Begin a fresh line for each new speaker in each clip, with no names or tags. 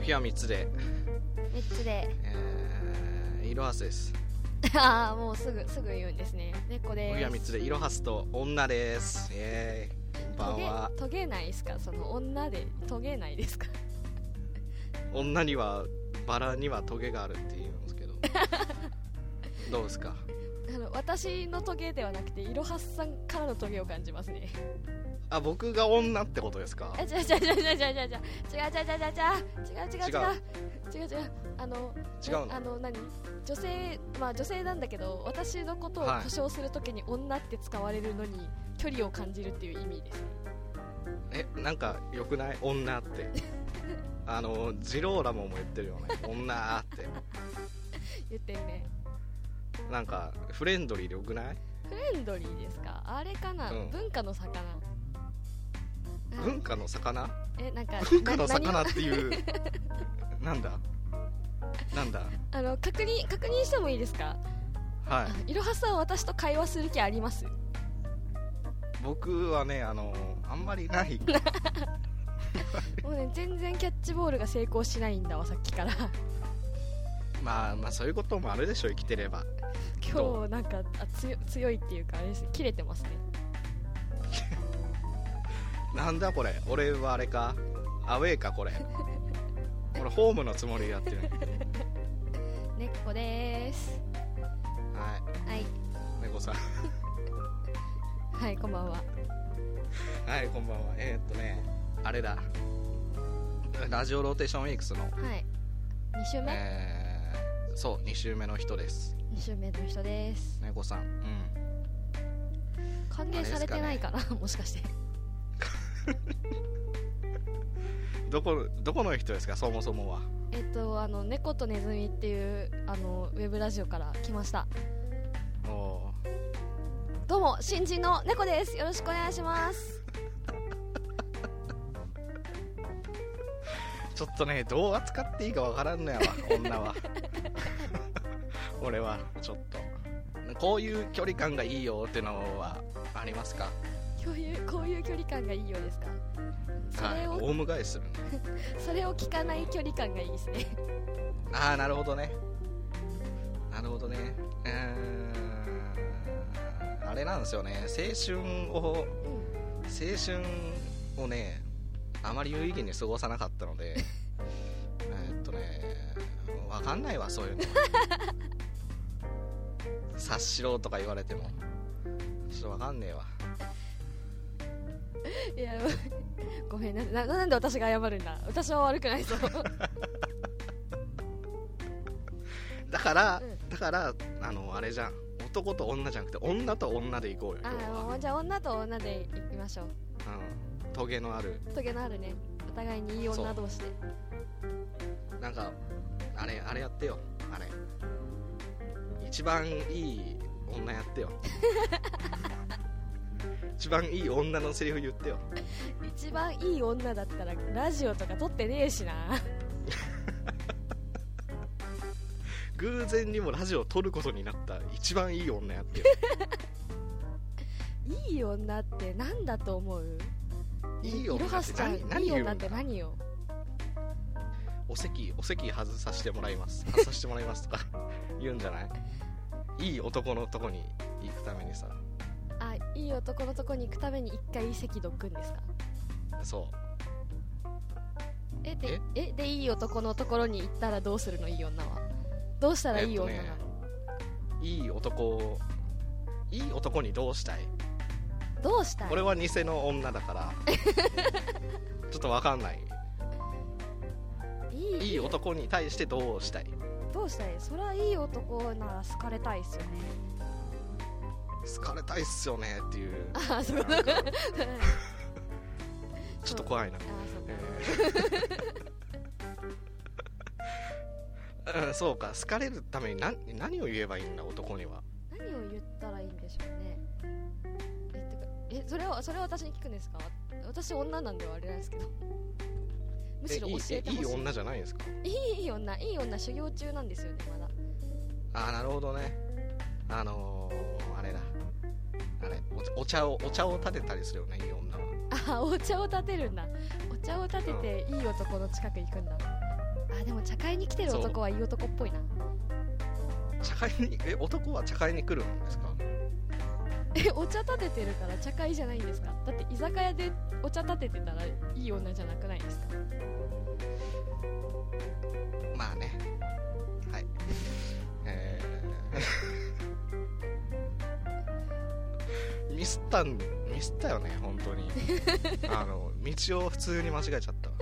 日は3つで、
3つで
えー、イロハスです
ああもうすぐすぐ言うんですね猫で
僕
す
は3つでイロハスと女ですイエーイこんば
ト
ん
ゲ
は
トゲないですかその女でトゲないですか
女にはバラにはトゲがあるって言うんです けどどうですか
あの私のトゲではなくていろはさんからのトゲを感じますね
あ僕が女ってことですか
え違う違う違う違う違う違う違う違う違う違う違う違う違う違う違う違うあの
違うの
あの何女性まあ女性なんだけど私のことを
はい
故障するときに女って使われるのに距離を感じるっていう意味ですね
えなんか良くない女って あのジローラモも言ってるよね女って
言ってるね
なんかフレンドリーでよくない
フレンドリーですかあれかな、
うん
文化の魚あ
文化の魚
えなんか
文化の
な何
魚
を
っていうなんだなんだ
あの確認確認してもいいですか
は
あ
い
いろはさん私と会話する気あります
僕はねあのあんまりない
もうね全然キャッチボールが成功しないんだわさっき から
まあまあそういうこともあるでしょ生きてればけど
今日なんかあ強強いっていうかあれです切れてますね
なんだこれ俺はあれかアウェーかこれ俺ホームのつもりでやってる
猫でーす
はい
はい
猫さん
はいこんばんは
はいこんばんはえーっとねあれだラジオローテーションウィークスの、
はい2週目、
えーそう2週目の人です
二週目の人です
猫さんうん
歓迎されてないかな もしかして
どこどこの人ですかそもそもは
えっとあの猫とネズミっていうあのウェブラジオから来ました
おー
どうも新人の猫ですよろしくお願いします
ちょっとねどう扱っていいかわからんのやわ女は 俺はちょっとこういう距離感がいいよってのはありますか
こういうこういう距離感がいいようですかそ
はい
れを、
オウム返しするね
それを聞かない距離感がいいですね
ああなるほどねなるほどねうーんあれなんですよね青春を
うん
青春をねあまり有意義に過ごさなかったの でえーっとねわかんないわそう いうの察しろとか言われてもちょっとわかんねえわ
いや ごめんなななんで私が謝るんだ私は悪くないぞ
だから、
うん
だからあのあれじゃん男と女じゃなくて女と女で行こうよ
あ
今日
ー
は
もうじゃあ女と女で行きましょう
うんトゲのある
トゲのあるねお互いにいい
そう
女同士で
なんかあれあれやってよあれ一番いい女や ってよ一番いい女のセリフ言ってよ
一番いい女だったらラジオとか撮ってねえしな
偶然にもラジオを撮ることになった一番いい女やってよ
いい女って何だと思う
いい
いろ
女
は
っ
す
て
ちゃん
何何
いい
言
女
う
っ
んだ
て何よ
お席お席外させてもらいます外させてもらいますとか 言うんじゃないいい男のとこに行くためにさ
あいい男のとこに行くために一回席どっくんですか
そう
えでえでいい男のところに行ったらどうするのいい女はどうしたらいい女なの、
えっといい男をいい男にどうしたい
どうしたい
俺は偽の女だから ちょっとわかんない
い
いい男に対してどうしたい
どうしたいそりゃいい男なら好かれたいっすよね
好かれたいっすよねっていう
あそう
なんか
あ
ちょっと怖いな、
そう
え ーうん、そうか好かれるために何何を言えばいいんだ男には
何を言ったらいいんでしょうねえてかえそれをそれを私に聞くんですか私女なんではあれなんですけどむしろ
えい
教
い
えて
えいい
ほし
女じゃないんですか
いいいいい女いい女修行中なんですよねまだ
ああなるほどねあのーあれだあれおお茶をお茶を立てたりするよねいい女は
あお茶を立てるんだお茶を立てていい男の近く行くんだでも茶会に来てる
そう
男はいい男っぽいな
茶会にえ男は茶会に来るんですか
えお茶立ててるから茶会じゃないんですかだって居酒屋でお茶立ててたらいい女じゃなくないですか
まあねはいえー ミスったんミスったよね本 当にあの道を普通に間違えちゃったわ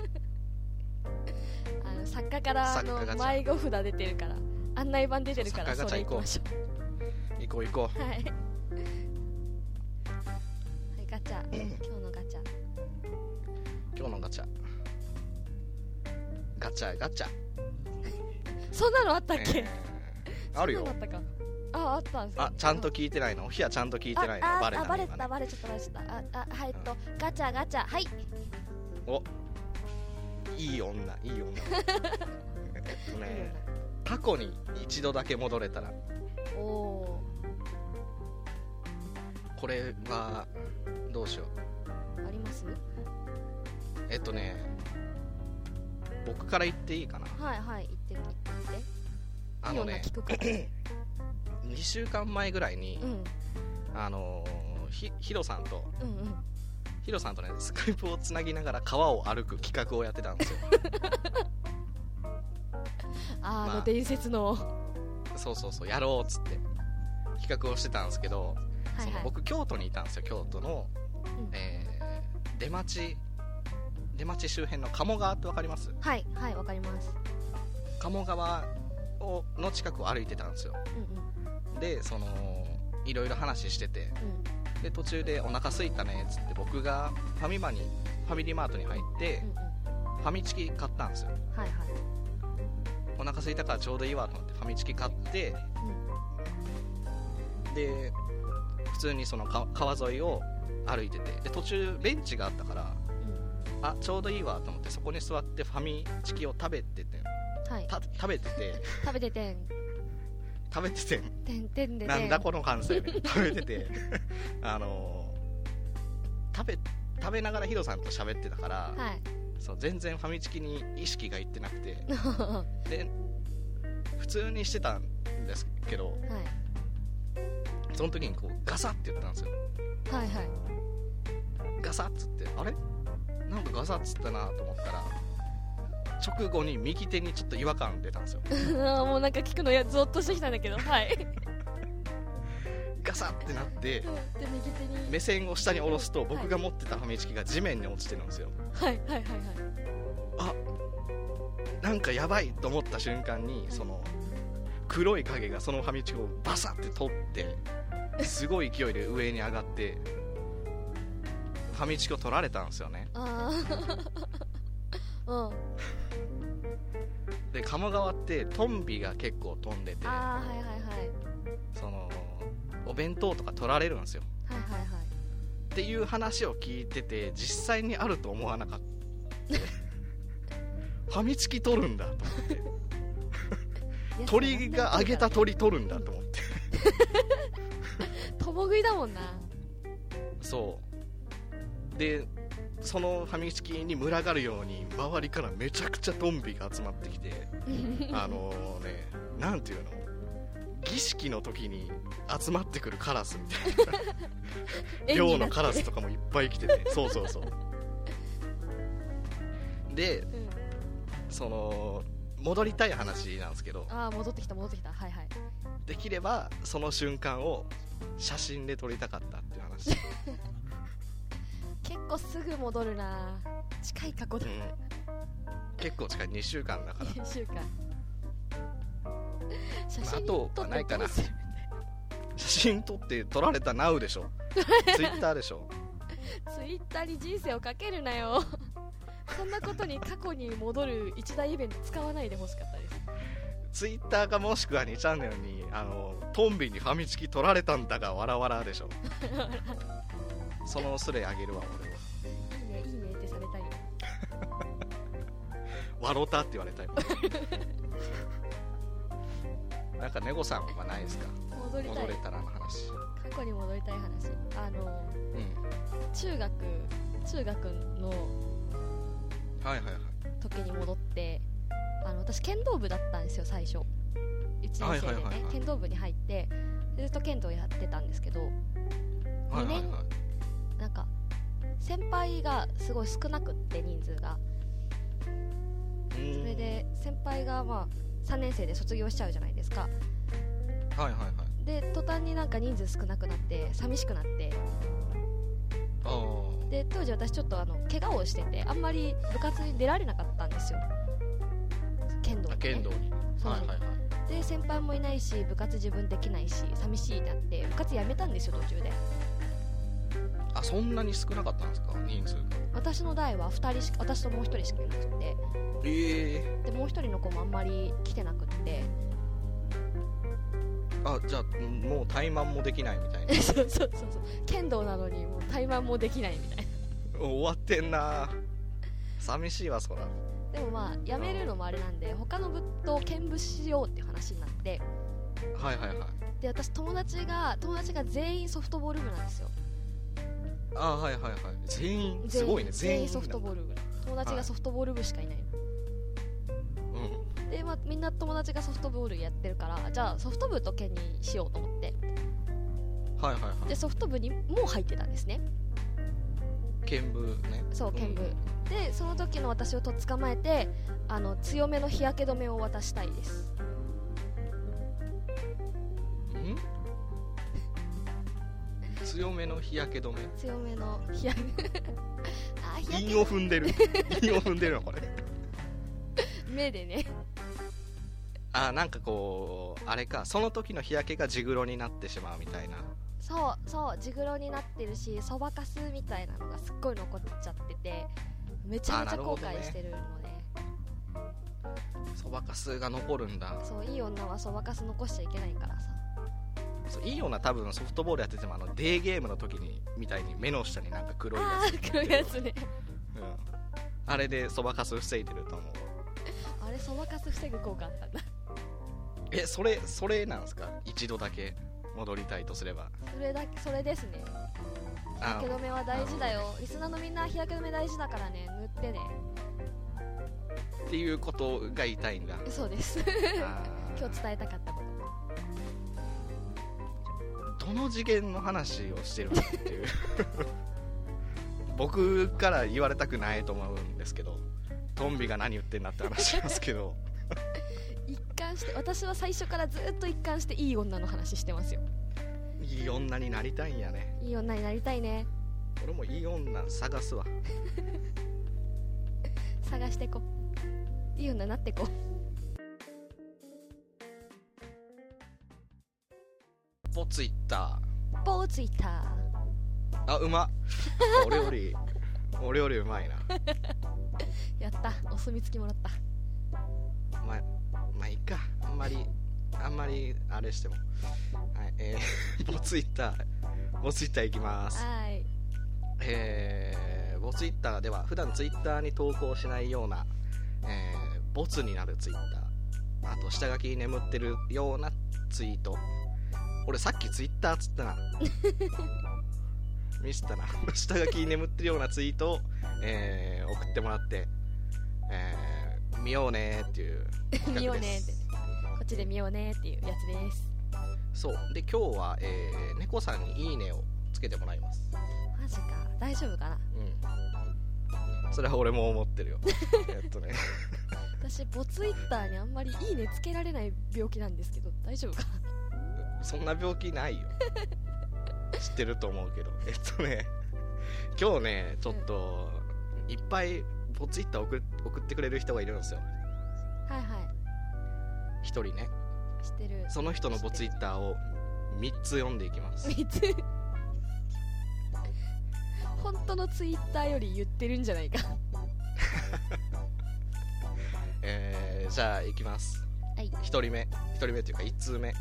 あの作家からあの
作家ガチャ
迷子札出てるから案内板出てるから
作
そ
家ガチャ
れ行きましょ
行こう行こ
うはい、 はい、ガチャ今日のガチャ
う今日のガチャガチャガチャ
そんなのあったっけ、
えーある
そん
よ
なのあったかああったんですか、
あちゃんと聞いてないのおひやちゃんと聞いてないの
ああ
バレた
あ
ね
バレ
今
た
ね
バレちゃったバレちゃったああはいえっとガチャガチャはい
おいい女いい 女えっとね過去に一度だけ戻れたら
おお
これはどうしよう
ーあります
えっとね僕から言っていいかな
はいはい言ってみ言って
あ
いい
の
女
ね
聞くか
2週間前ぐらいに、
うん
あのーひヒロさんと
うんうん
ヒロさんとねスカイプをつなぎながら川を歩く企画をやってたんです よ
あーあ
ま
の
あ
伝説の、は
そうそうそうやろうっつって企画をしてたんですけど、
い
その
はい
僕京都にいたんですよ京都の、
うん
えー出町出町周辺の鴨川って分かります
はいはいわかります
鴨川をの近くを歩いてたんですよ
うんうん
でそのいろいろ話してて
うん
で途中で「お腹空いたね」っつって僕がファミマにファミリーマートに入って
うんうん
ファミチキ買ったんですよ
はいはい
お腹空いたからちょうどいいわと思ってファミチキ買ってで普通にそのか川沿いを歩いててで途中ベンチがあったから
うんうん
あちょうどいいわと思ってそこに座ってファミチキを食べてて
はい
た食べてて
食べててん
食べてて
てんてんでて
なんだこの関西弁食べてて あのー食べ食べながらヒロさんと喋ってたから、
はい
そう全然ファミチキに意識がいってなくてで普通にしてたんですけど
はい
その時にこうガサって言ったんですよ
はいはい
ガサっつってあれなんかガサっつったなと思ったら直後に右手にちょっと違和感出たん ですよ
あーもうなんか聞くのやゾッとしてきたんだけど はい
ガサってなって
で右手に
目線を下に下ろすと僕が持ってたファミチキが地面に落ちてるんですよ
はいはいはいはい
なんかやばいと思った瞬間にその黒い影がそのファミチキをバサって取ってすごい勢いで上に上がってファミチキを取られたんですよね
ああ うん
で鴨川ってトンビが結構飛んでて
ああはいはいはい
そのお弁当とか取られるんですよ
はいはい
っ
はい
ていう話を聞いてて実際にあると思わなかったファミチキ取るんだと思って
いや
鳥 が揚げた鳥取るんだと思って
共食いだもんな
そうでそのファミチキに群がるように周りからめちゃくちゃトンビが集まってきて あのねなんていうの儀式の時に集まってくるカラスみたいな
演技
寮
にな
の
って
カラスとかもいっぱい来ててそうそうそうで
うん
その戻りたい話なんですけど
ああ戻ってきた戻ってきたはいはい
できればその瞬間を写真で撮りたかったっていう話、
結構すぐ戻るな近い過去
う
だ
ん結構近い2週間だから
1週間写
まああ
真
と
撮
は
って
ないかな
どうする
写真撮って撮られたなう でしょツイッターでしょ
ツイッターに人生をかけるなよそんなことに過去に戻る一大イベント使わないでほしかったです
ツイッターかもしくは2チャンネルにあのトンビにファミチキ撮られたんだがわらわらでしょそのスレあげるわ俺はい
いねいいねってされたり
わろたって言われ たいもんなんかネゴさんはないですか
戻りた
戻れ
い
たらの話
過去に戻りたい話あの
うん
中学中学の
はいはいはい
時に戻ってあの私剣道部だったんですよ最初1年生でね、
はいはいはいはい
剣道部に入ってずっと剣道やってたんですけど
はいはいはい
なんか先輩がすごい少なくって人数がそれで先輩がまあ3年生で卒業しちゃうじゃないですか
うんはいはいはい
で途端になんか人数少なくなって寂しくなって
あー
で当時私ちょっとあの怪我をしててあんまり部活に出られなかったんですよ剣道にね
あ剣道に
そう
はいはいはい
で先輩もいないし部活自分できないし寂しいなって部活やめたんですよ途中で
あそんなに少なかったんですか人数が
私の代は2人しか私ともう1人しかいなくて
ええ
でもう1人の子もあんまり来てなくって
あじゃあんもう怠慢もできないみたいな
そうそうそうそう剣道なのにもう怠慢もできないみたい
終わってんな寂しいわそら
なでもまあやめるのもあれなんで他の部と兼部しようっていう話になって
はいはいはい
で私友達が友達が全員ソフトボール部なんですよ
あはいはいはい全員
全員
すごいね
全
全
員
員
ソフトボール部友達がソフトボール部しかいない、
うん
で、まあ、みんな友達がソフトボールやってるからじゃあソフト部と兼にしようと思って
はいはいはい
でソフト部にも入ってたんですね
剣舞ね
そう剣舞
ん
でその時の私をとっ捕まえてあの強めの日焼け止めを渡したいです
ん強めの日焼け止め
強めの日焼けあ日焼け
韻を踏んでる韻を踏んでるわこれ
目でね
あなんかこうあれかその時の日焼けが地黒になってしまうみたいな
そうそう地黒になってるしそばかすみたいなのがすっごい残っちゃっててめちゃめちゃ後悔してるので、
そばかすが残るんだ
そういい女はそばかす残しちゃいけないからさ
そういいような多分ソフトボールやっててもあのデーゲームの時にみたいに目の下になんか黒いや
ああー黒いやつね
つ、うん、あれでそばかす防いでると思う
あれそばかす防ぐ効果あったんだ
えそれそれなんですか一度だけ戻りたいとすれば
それだけそれですね日
あ
焼け止めは大事だよリスナーのみんな日焼け止め大事だからね塗ってね
っていうことが言いたいん だ
そうです
あー
今日伝えたかったこと
どの次元の話をしてるのっていう 僕から言われたくないと思うんですけどトンビが何言ってんだって話なんですけど
一貫して私は最初からずっと一貫していい女の話してますよ
いい女になりたいんやね
いい女になりたいね
俺もいい女探すわ
探してこいい女になってこ
ポツイッタ
ポーツイッタ
ーあうまっ俺より俺よりうまいな
ーやったお墨付きもらった
まあまあいいかあんまりあんまりあれしてもはいえー、 ボツイッターボツイッターいきます
はい
えー、ボツイッターでは普段ツイッターに投稿しないような、えーボツになるツイッターあと下書きに眠ってるようなツイート俺さっきツイッターっつった なミスったな 下書きに眠ってるようなツイートを、えー送ってもらって、えー見ようねーっていう企画です
見ようねーってこっちで見ようねっていうやつです
そうで今日は、えー猫さんに「いいね」をつけてもらいます
マジか大丈夫かな
うんそれは俺も思ってるよえっとね
私ボツイッターにあんまりいいねつけられない病気なんですけど大丈夫か
そんな病気ないよ知ってると思うけどえっとね今日ねちょっといっぱいポツイッター送送ってくれる人がいるんですよ
はいは
一人ね
い知ってる
その人のポツイッターを3つ読んでいきます
3つ本当のツイッターより言ってるんじゃないか
えーじゃあいきます
はい
1人目1人目というか1通目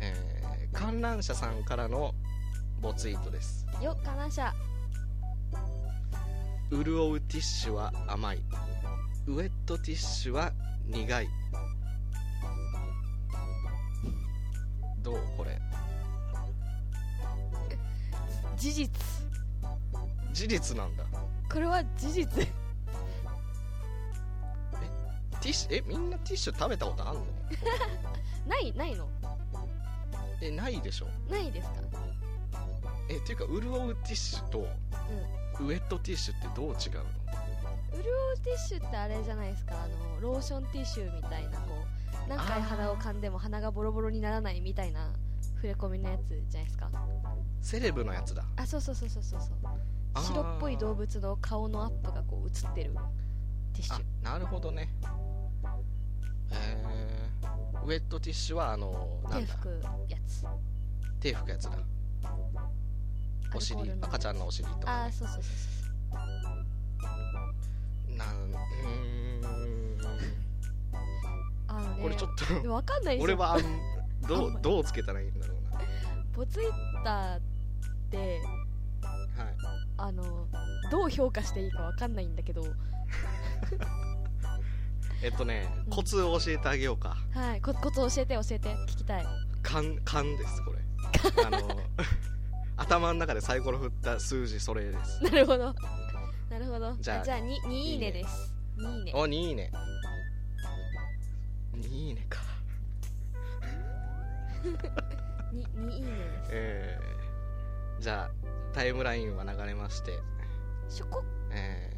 えー観覧車さんからのボツイートです
よっ観覧車
潤うティッシュは甘いウエットティッシュは苦いどうこれ
事実
事実なんだ
これは事実
えティッシュえみんなティッシュ食べたことあんの
ないないの
えないでしょ
ないですか
えっていうか潤うティッシュとウエットティッシュってどう違うの
潤うティッシュってあれじゃないですかあのローションティッシュみたいなこう何回鼻を噛んでも鼻がボロボロにならないみたいな触れ込みのやつじゃないですか
セレブのやつだ
あそうそうそうそうそうそう
あー
白っぽい動物の顔のアップがこう映ってるティッシュ
あなるほどねえー、ウエットティッシュはあのな
手
んだ
拭くやつ
手拭くやつだお尻
アルコールの
赤ちゃんのお尻とか
ああそうそうそうそ
なんうー
うあの
ん
ね
これちょっと
わかんない ですよ
俺はあんど
あんま
う
り
どうつけたらいいんだろう
ポツイッターって
なはい
あのどう評価していいかわかんないんだけど
えっとね
うん
コツを教えてあげようか
はいコツコツ教えて教えて聞きたい
勘勘です これあの頭の中でサイコロ振った数字それです
なるほどなるほど
じゃあ
じゃあに2いいねです2いいね
お2いいね2いいねか
に2いいね
えー、じゃあタイムラインは流れまして
ですしょこ
え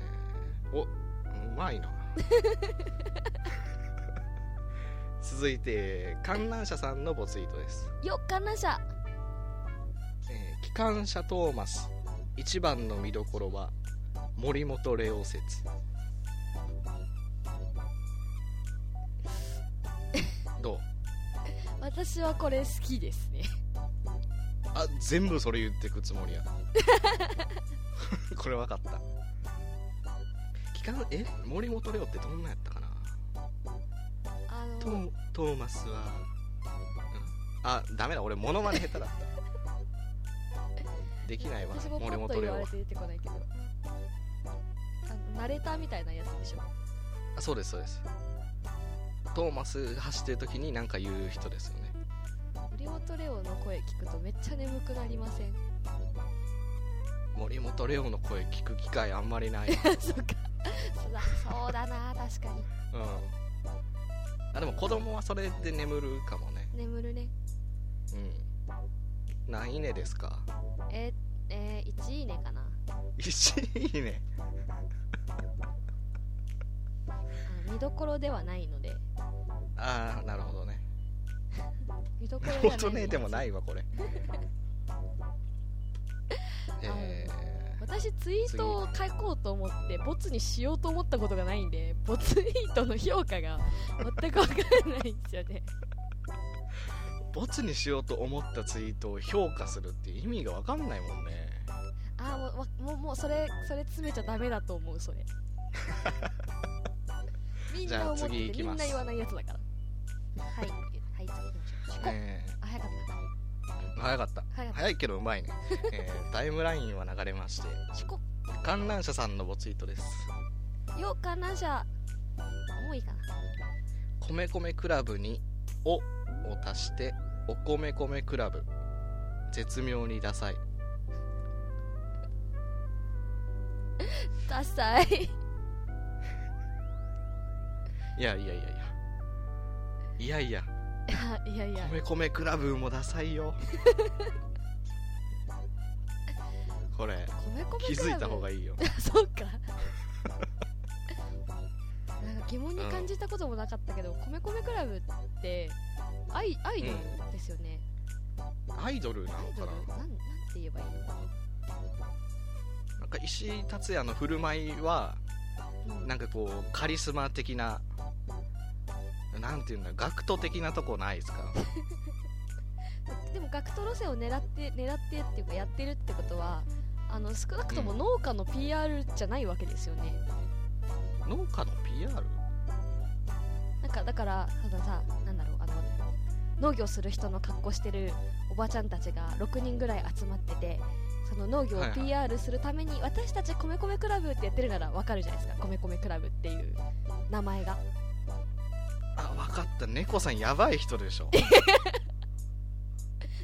ー、おうまいな 続いて観覧車さんのボツイートです
よっかなしゃ
えー機関車トーマス一番の見どころは森本レオ説どう
私はこれ好きです ね
あ全部それ言ってくつもりや これ分かった機関え森本レオってどんなやったかな
あ
ト
の
ートーマスは、うん、あダメだ俺モノマネ下手だった できないわ
私もパ
森
ッ
本
と
レオ
言わ
は
れて出てこないけどあのナレーターみたいなやつでしょ
あそうですそうですトーマスが走ってる時に何か言う人ですよね
森本レオの声聞くとめっちゃ眠くなりません
森本レオの声聞く機会あんまり ない、
そ うかそうだそうだな確かに
うん、あでも子供はそれで眠るかもね
眠るね
うん何いねですか
えー、えー、1いいねかな
1いいね
あの見どころではないので
ああなるほどね
見どころで はない
元ねでもないわこれえ
私ツイートを書こうと思ってボツにしようと思ったことがないんでボツイートの評価が全く分からないんですよね
ー、ボツにしようと思ったツイートを評価するって意味が分かんないもんね
ああもうわもうもうそれそれ詰めちゃダメだと思うそ れみん
じゃ
な
あ
思って
次行
み
き
ん
ます
な言わないやつだからはいはい次行きましょう
え
あ早かっ
ー、早かった
た早かっ
早いけどうまいね、えータイムラインは流れまして
たしこ
観覧車さんのボツイートです
よかなじゃあもういいかな
「米米クラブに「お」を足して「お米米クラブ」絶妙にダサい
ダサい
いやいやいやいやいやいや
あいやいや
米米クラブもダサい よこれ
米米
気づいた方が
いい
いいよ
そうかなんか疑問に感じたこともなかったけど、米米クラブってアイアイドルですよね、
アイドルな
ア
の
イド
か
ルな
な
んなんて言えばいい
なんか石井達也の振る舞いは
の、うん
なんかこうカリスマ的ななんていうんだ学徒的なとこないですか
でも学徒路線を狙って狙ってっていうかやってるってことはあの少なくとも農家の PR じゃないわけですよね、
農家の PR?
なんかだからそのさなんだろうあの農業する人の格好してるおばちゃんたちが6人ぐらい集まっててその農業を
はいはい
PR するために、私たち米米クラブってやってるならわかるじゃないですか米米クラブっていう名前が
あ分かった猫さんやばい人で しょ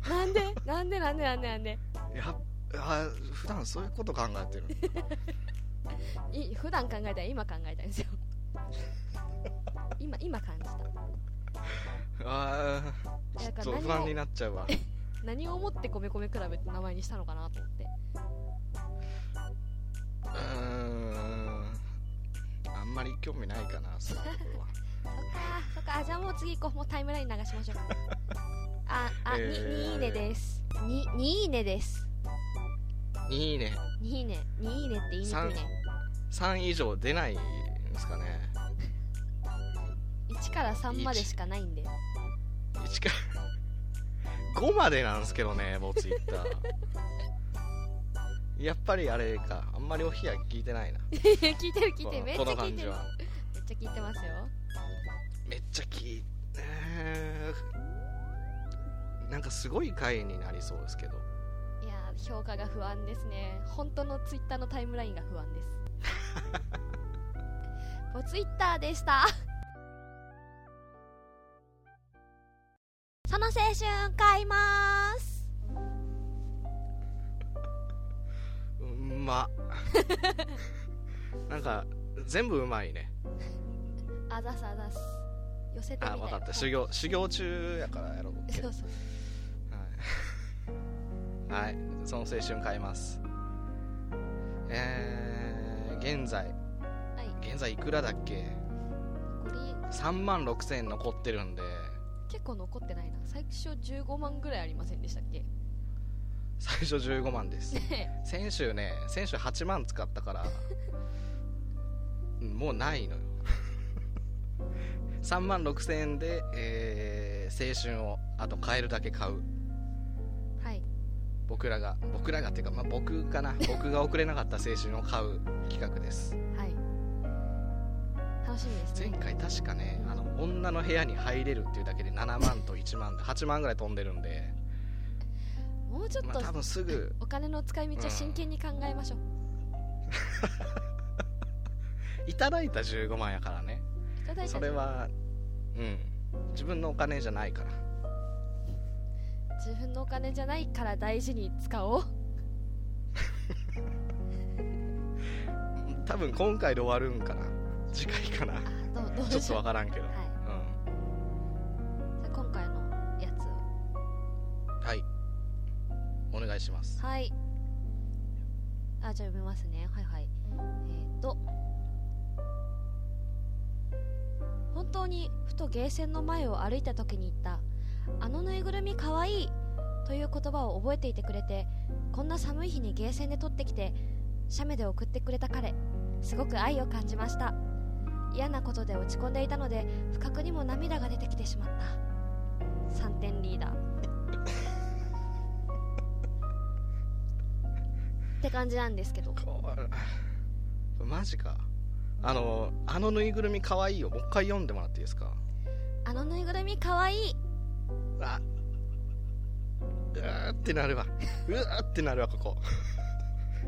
な んでなんでなんでなんでなんで
やあ普段そういうこと考えてる
い普段考えたら今考えたいんですよ今今感じた
あー
だから
ちょっと不
何
安
も
になっちゃうわ
何を思って米米クラブって名前にしたのかなと思って
うーんあんまり興味ないかなそういうところは
そっかそっかあじゃあもう次行こうもうタイムライン流しましょうああ、に
えー
にいいねですににいいねです
いいね
にいいねにいいねって言いにくいね
3以上出ないんですかね
1から3までしかないんで
1から 5までなんですけどねもうツイッター やっぱりあれかあんまりお冷や聞いてないな
聞いてる聞いてるめっち
こ
ゃ
のこの感
聞いて
じ
る
は
めっちゃ聞いてますよ
めっちゃ聞いえーなんかすごい回になりそうですけど
いやー評価が不安ですね本当のツイッターのタイムラインが不安です ボツイッターでしたその青春買います
うん まなんか全部うまいね
あざすあざす寄せてみた
あ
い
分かった修
はい
行修行中やからや ろうけ
そ
ど
うそう
はい、はい、その青春変えますえー、現在
はい
現在いくらだっけ
残り
3万6000円残ってるんで
結構残ってないな最初15万ぐらいありませんでしたっけ
最初15万です
ね
先週ね先週8万使ったからうんもうないの よ3万6000円で、えー青春をあと買えるだけ買う
はい
僕らが僕らがっていうか、まあ、僕かな僕が送れなかった青春を買う企画です
はい楽しみです
前
ね
回確かねあの女の部屋に入れるっていうだけで7万と1万で8万ぐらい飛んでるんで、
もうちょっ
まあ、
と
多分すぐ
お金の使い道を真剣に考えましょう、
いただいた15万やからね
いただいた
それはうん自分のお金じゃないから
自分のお金じゃないから大事に使おう
多分今回で終わるんかな次回 かな
あどうどう
ちょ
で
っ
し
と
ょう
わからんけど、
は
うん
いじゃあ今回のやつを
はいお願いします
はいあじゃあ読みますねはいはいえっ、ー、と本当にふとゲーセンの前を歩いた時に言った「あのぬいぐるみかわいい」という言葉を覚えていてくれてこんな寒い日にゲーセンで取ってきて写メで送ってくれた彼すごく愛を感じました嫌なことで落ち込んでいたので不覚にも涙が出てきてしまった3点リーダー って感じなんですけど
こうマジかあのあのぬいぐるみかわいいをもう一回読んでもらっていいですか
あのぬいぐるみかわいい
あうわーってなるわうわーってなるわここ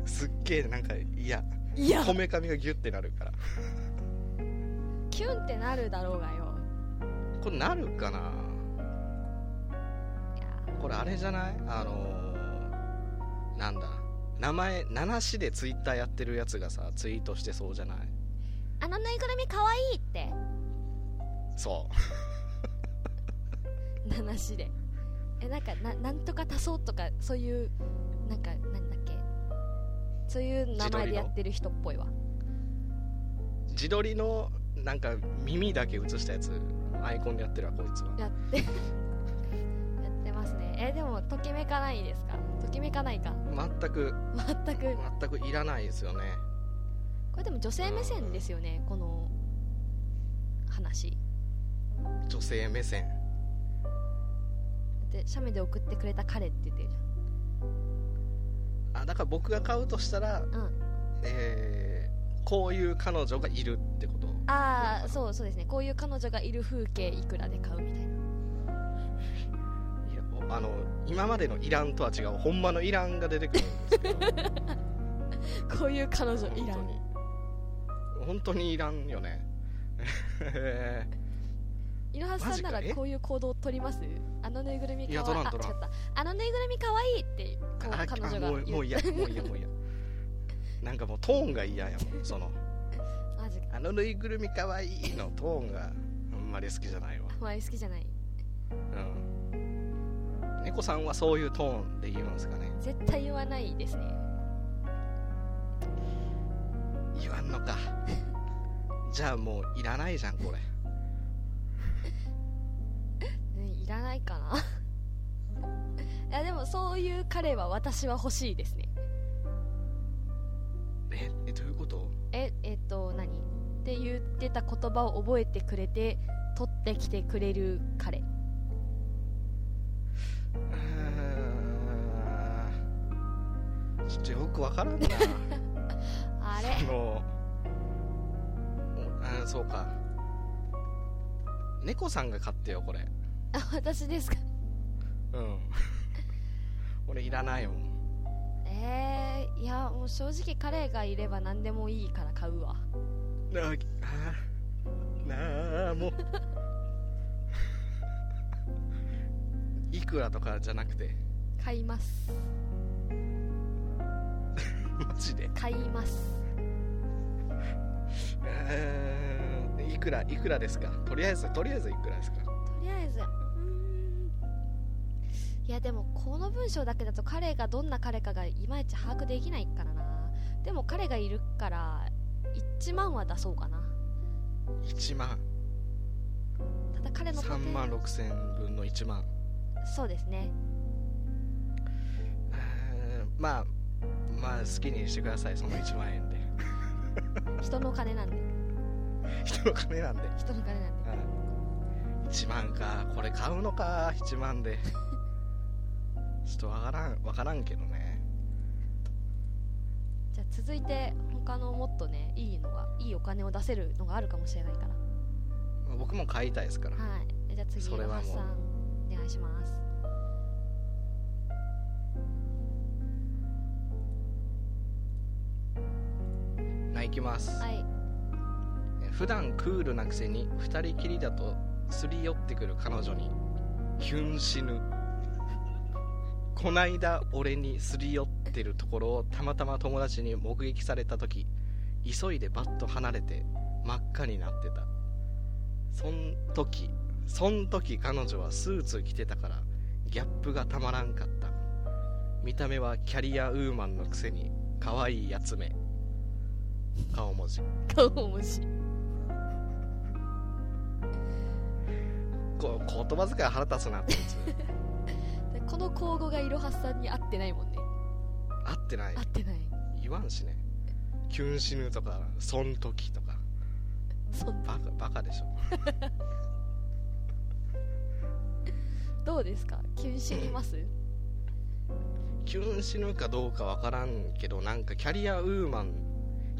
すっげえなんかいや
いや
こめかみがギュッてなるから
キュンってなるだろうがよ
これなるかない
や
これあれじゃないあのーなんだ名前七市でツイッターやってるやつがさツイートしてそうじゃない
あのぬいぐるみかわいいって
そ
七しでえなんかななんとか足そうとかそういうなんかなんだっけそういう名前でやってる人っぽいわ
う自撮りのなんか耳だけ映したやつアイコンでやってるわこいつは
やって やってますねえでもときめかないですかときめかないか
全く
全くこ
全くいらないですよね
れでも女性目線ですよねこの話
女性目線
で写メで送ってくれた彼って言ってるじ
あだから僕が買うとしたら、
ゃんうん
えーこういう彼女がいるってこと
ああそうそうですねこういう彼女がいる風景いくらで買うみたいない
やおあの今までのイランとは違うほんまのイランが出てくるんですけど
こういう彼女
本当
いらん
に本当にいらんよねえ
いろはさんな
マジか
ら
え
こういう行動を取りますあのぬいぐるみ
いや
か
取
わ
ら
い
ん
あ違っ
取らん
たあのぬいぐるみかわいいって
ー
こ う
あ
彼女
あも
が
う
言
もう
う
嫌もう嫌もう嫌なんかもうトーンが嫌やもんその
マジか
あのぬいぐるみかわいいのトーンが、うんんまり好きじゃないわ
あまり好きじゃない
うん猫さんはそういうトーンで言うんですかね
絶対言わないですね
言わんのかじゃあもういらないじゃんこれ
うんいらないかな いやでもそういう彼は私は欲しいですね
ええどういうこと
ええっと何って言ってた言葉を覚えてくれて取ってきてくれる彼
うーんちょっとよくわからんな
あ
あ
れ
のうんそうか猫さんが買ってよこれ
あ 私ですか
うん俺いらないもん
えー、いやもう正直彼がいれば何でもいいから買うわ
なあなあもういくらとかじゃなくて
買います
マジで
買います
うーんいくらいくらですかとりあえずとりあえずいくらですか
とりあえずうーんいやでもこの文章だけだと彼がどんな彼かがいまいち把握できないからなでも彼がいるから1万は出そうかな
1万
ただ彼の固定
3万6千分の1万
そうですね
うーんまあまあ好きにしてくださいその1万円で
人のお金なんで
人の金なんで
人の金なんで
うん1万かこれ買うのか1万 でちょっとわからんわからんけどね
じゃあ続いて他のもっとねいいのがいいお金を出せるのがあるかもしれないから
僕も買いたいですから
はいじゃあ次
それ
ロ
は
ハ
もう
スさんお願いします
はい行きます、
はい
普段クールなくせに2人きりだとすり寄ってくる彼女にキュン死ぬこないだ俺にすり寄ってるところをたまたま友達に目撃された時急いでバッと離れて真っ赤になってたそん時そん時彼女はスーツ着てたからギャップがたまらんかった見た目はキャリアウーマンのくせに可愛いやつめ顔文字
顔文字
こ言葉遣い腹立つなってやつ
でこの口語がいろはすさんに合ってないもんね
合ってない
合ってない
言わんしねキュン死ぬとかそん時とか
そん
バ
な
カバカでしょ
どうですか急に死にます
キュン死ぬかどうかわからんけどなんかキャリアウーマン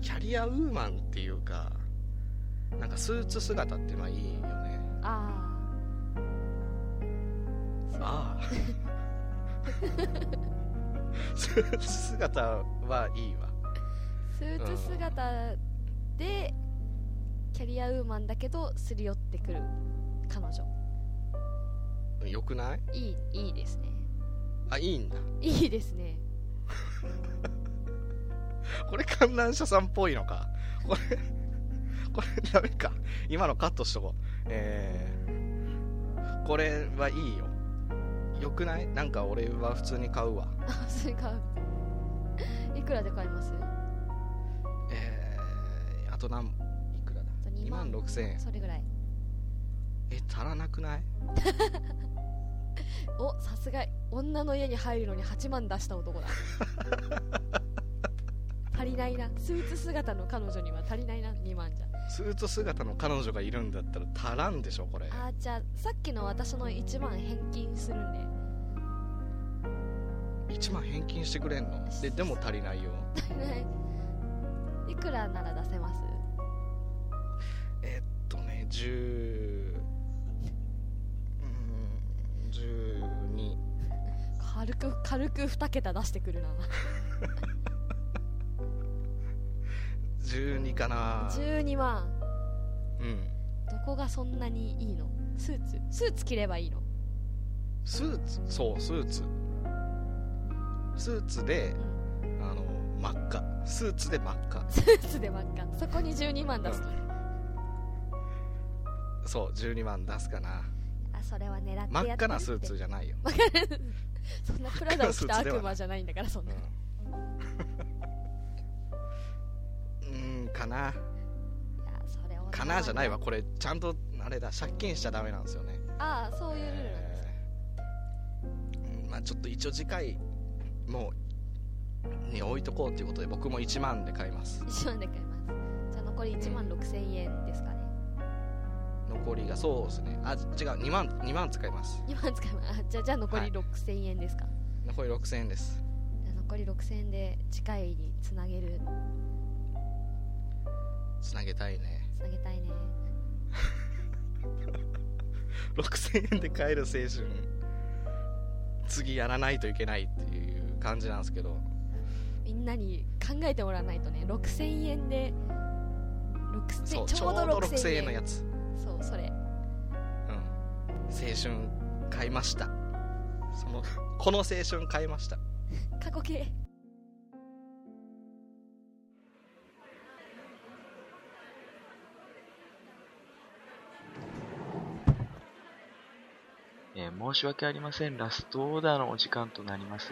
キャリアウーマンっていうかなんかスーツ姿ってのはいいよね
あ
ああスーツ姿はいいわ
あスーツ姿でキャリアウーマンだけどすり寄ってくる彼女
よくない
いいいいですね
あいいんだ
いいですね
これ観覧車さんっぽいのかこれこれダメか今のカットしとこうえー、これはいいよよくないなんか俺は普通に買うわ
あそれか いくらで買いますあ
えー、あと何いくらだ
と2
2万
万
6000円
それぐらい
え足らなくない
おさすが女の家に入るのに8万出し た男だ足りないなスーツ姿の彼女には足りないな2万じゃ
スーツ姿の彼女がいるんだったら足らんでしょこれ
あーじゃあさっきの私の1万返金するんで
1万返金してくれんのででも足りないよ
足りない いくらなら出せます
えっとね10うん12
軽く軽く2桁出してくるな
12かな
12万
うん
どこがそんなにいいのスーツスーツ着ればいいの
スーツそうスーツスーツで
うん
あの真っ赤スーツで真っ赤
スーツで真っ赤そこに12万出すの
そう12万出すかな
あそれは狙ってやってる
真っ赤なスー
っ
ツ
て
じゃないよ、
そんなプラダを
真っ赤な
着た
スーツではない
悪魔じゃないんだからそんな
うんうーんかない
やそれを狙わ
かなじゃないわこれちゃんとあれだ借金しちゃダメなんですよね
ああそういうルールなんですね
えーうんまあちょっと一応次回もうに置いとこうということで僕も1万で買います
1万で買いますじゃあ残り1万6000円ですかね
残りがそうですねあ違う2万2万使います
2万使いますあじゃあじゃあ残り6000円ですか、
残り6000円です
じゃあ残り6000円で次回につなげる
つなげたいね
つなげたいね
6000円で買える青春次やらないといけないっていう感じなんですけど
みんなに考えてもらわないとね6000円で6000
そう
ち
ちょ
ょう
う
ど
ど
6000
6000
円
円のやつ、
そうそれ
うん、青春買いましたその この青春買いました
過去形
えー申し訳ありません。ラストオーダーのお時間となります。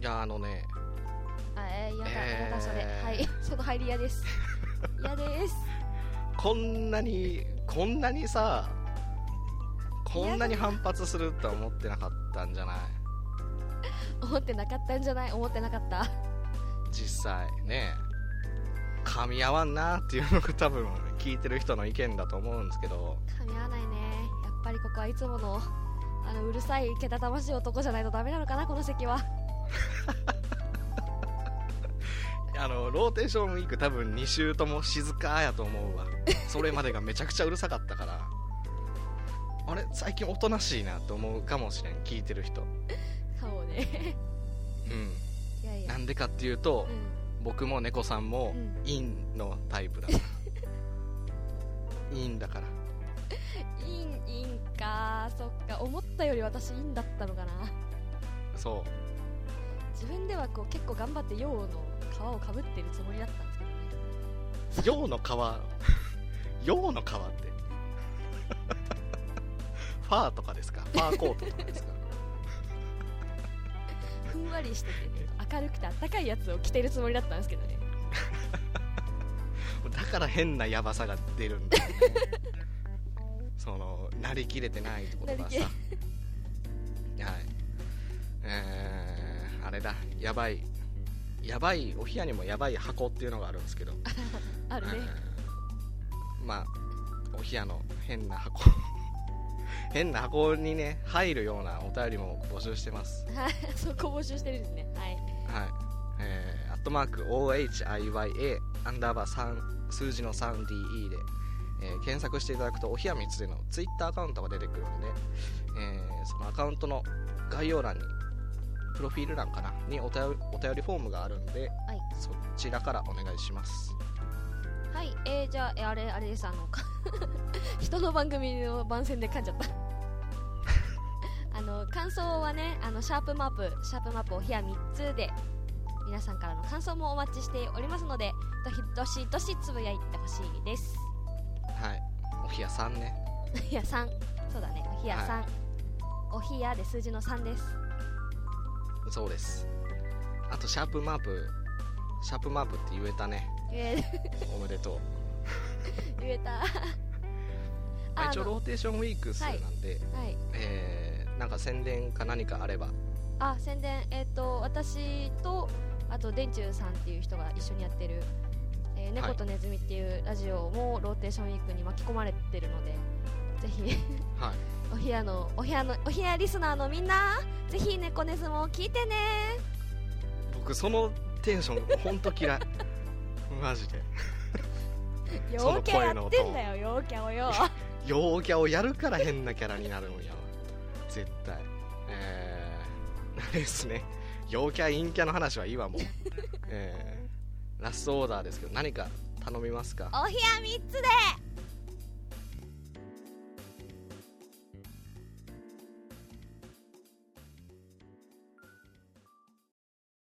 いやあのね
あえー、やだ、
えー
やだそれはいその入り嫌です 嫌です
こんなにこんなにさこんなに反発するとは思ってなかったんじゃない
思ってなかったんじゃない思ってなかった
実際ね噛み合わんなっていうのが多分聞いてる人の意見だと思うんですけど
噛み合わないねやっぱりここはいつものあのうるさいけたたましい男じゃないとダメなのかなこの席は
あのローテーションウィーク多分2週とも静かやと思うわそれまでがめちゃくちゃうるさかったからあれ最近おとなしいなと思うかもしれん聞いてる人
顔ね
う
いやい
ん
や
なんでかっていうと
う
僕も猫さんも
うん
陰のタイプだから陰だから
んいいんいいんかそっか思ったより私いいんだったのかな
そう
自分ではこう結構頑張って陽の皮をかぶってるつもりだったんですけどね
陽の 川陽の川って ファーとかですかファーコートとかですか
ふんわりしてて、ね、明るくてあったかいやつを着てるつもりだったんですけどね
だから変なヤバさが出るんだよね そのなりきれてないってことが
なり
さはいえー、あれだやばいやばいお部屋にもやばい箱っていうのがあるんですけど
あるね
うんまあお冷やの変な箱 変な箱にね入るようなお便りも募集してます
はいそこ募集してるんですねは
は
い
いえー、アットマーク OHIYA アンダーバー3数字の 3DE で、えー検索していただくとお冷やみつでのツイッターアカウントが出てくるので、えーそのアカウントの概要欄にプロフィール欄かなにお便りお便りフォームがあるんで、
はい
そちらからお願いします
はい、えー、じゃあ、えーあれ、あれです、あの、か 人の番組の番宣で噛んじゃった。 あの、感想はね、あの、シャープマップ、シャープマップお部屋3つで、皆さんからの感想もお待ちしておりますので、どひどしどしつぶやいてほしいです。
はいお冷やさんね
お部屋さん、そうだね、お部屋さん。お部屋で数字の3です。
そうですあとシャープマープシャープマープって言えたね
言え、
おめでとう
言えた。
まあ一応
の
ローテーションウィークスなんで、
はい。
えーなんか宣伝か何かあれば
あ宣伝えっ、と私とあと電柱さんっていう人が一緒にやってる、え
は
ー
い
猫とネズミっていうラジオもローテーションウィークに巻き込まれてるのでぜひ
はい
お部屋のお部屋のお部屋リスナーのみんなぜひ猫ネズも聞いてね
僕そのテンション本当嫌い マジでそ
陽
の
キャや
声
っ
の音
てんだよ陽キャを よ
陽キャをやるから変なキャラになるんやわ絶対えー、あれですね陽キャ陰キャの話はいいわ もう、えーラストオーダーですけど何か頼みますか
お部屋3つで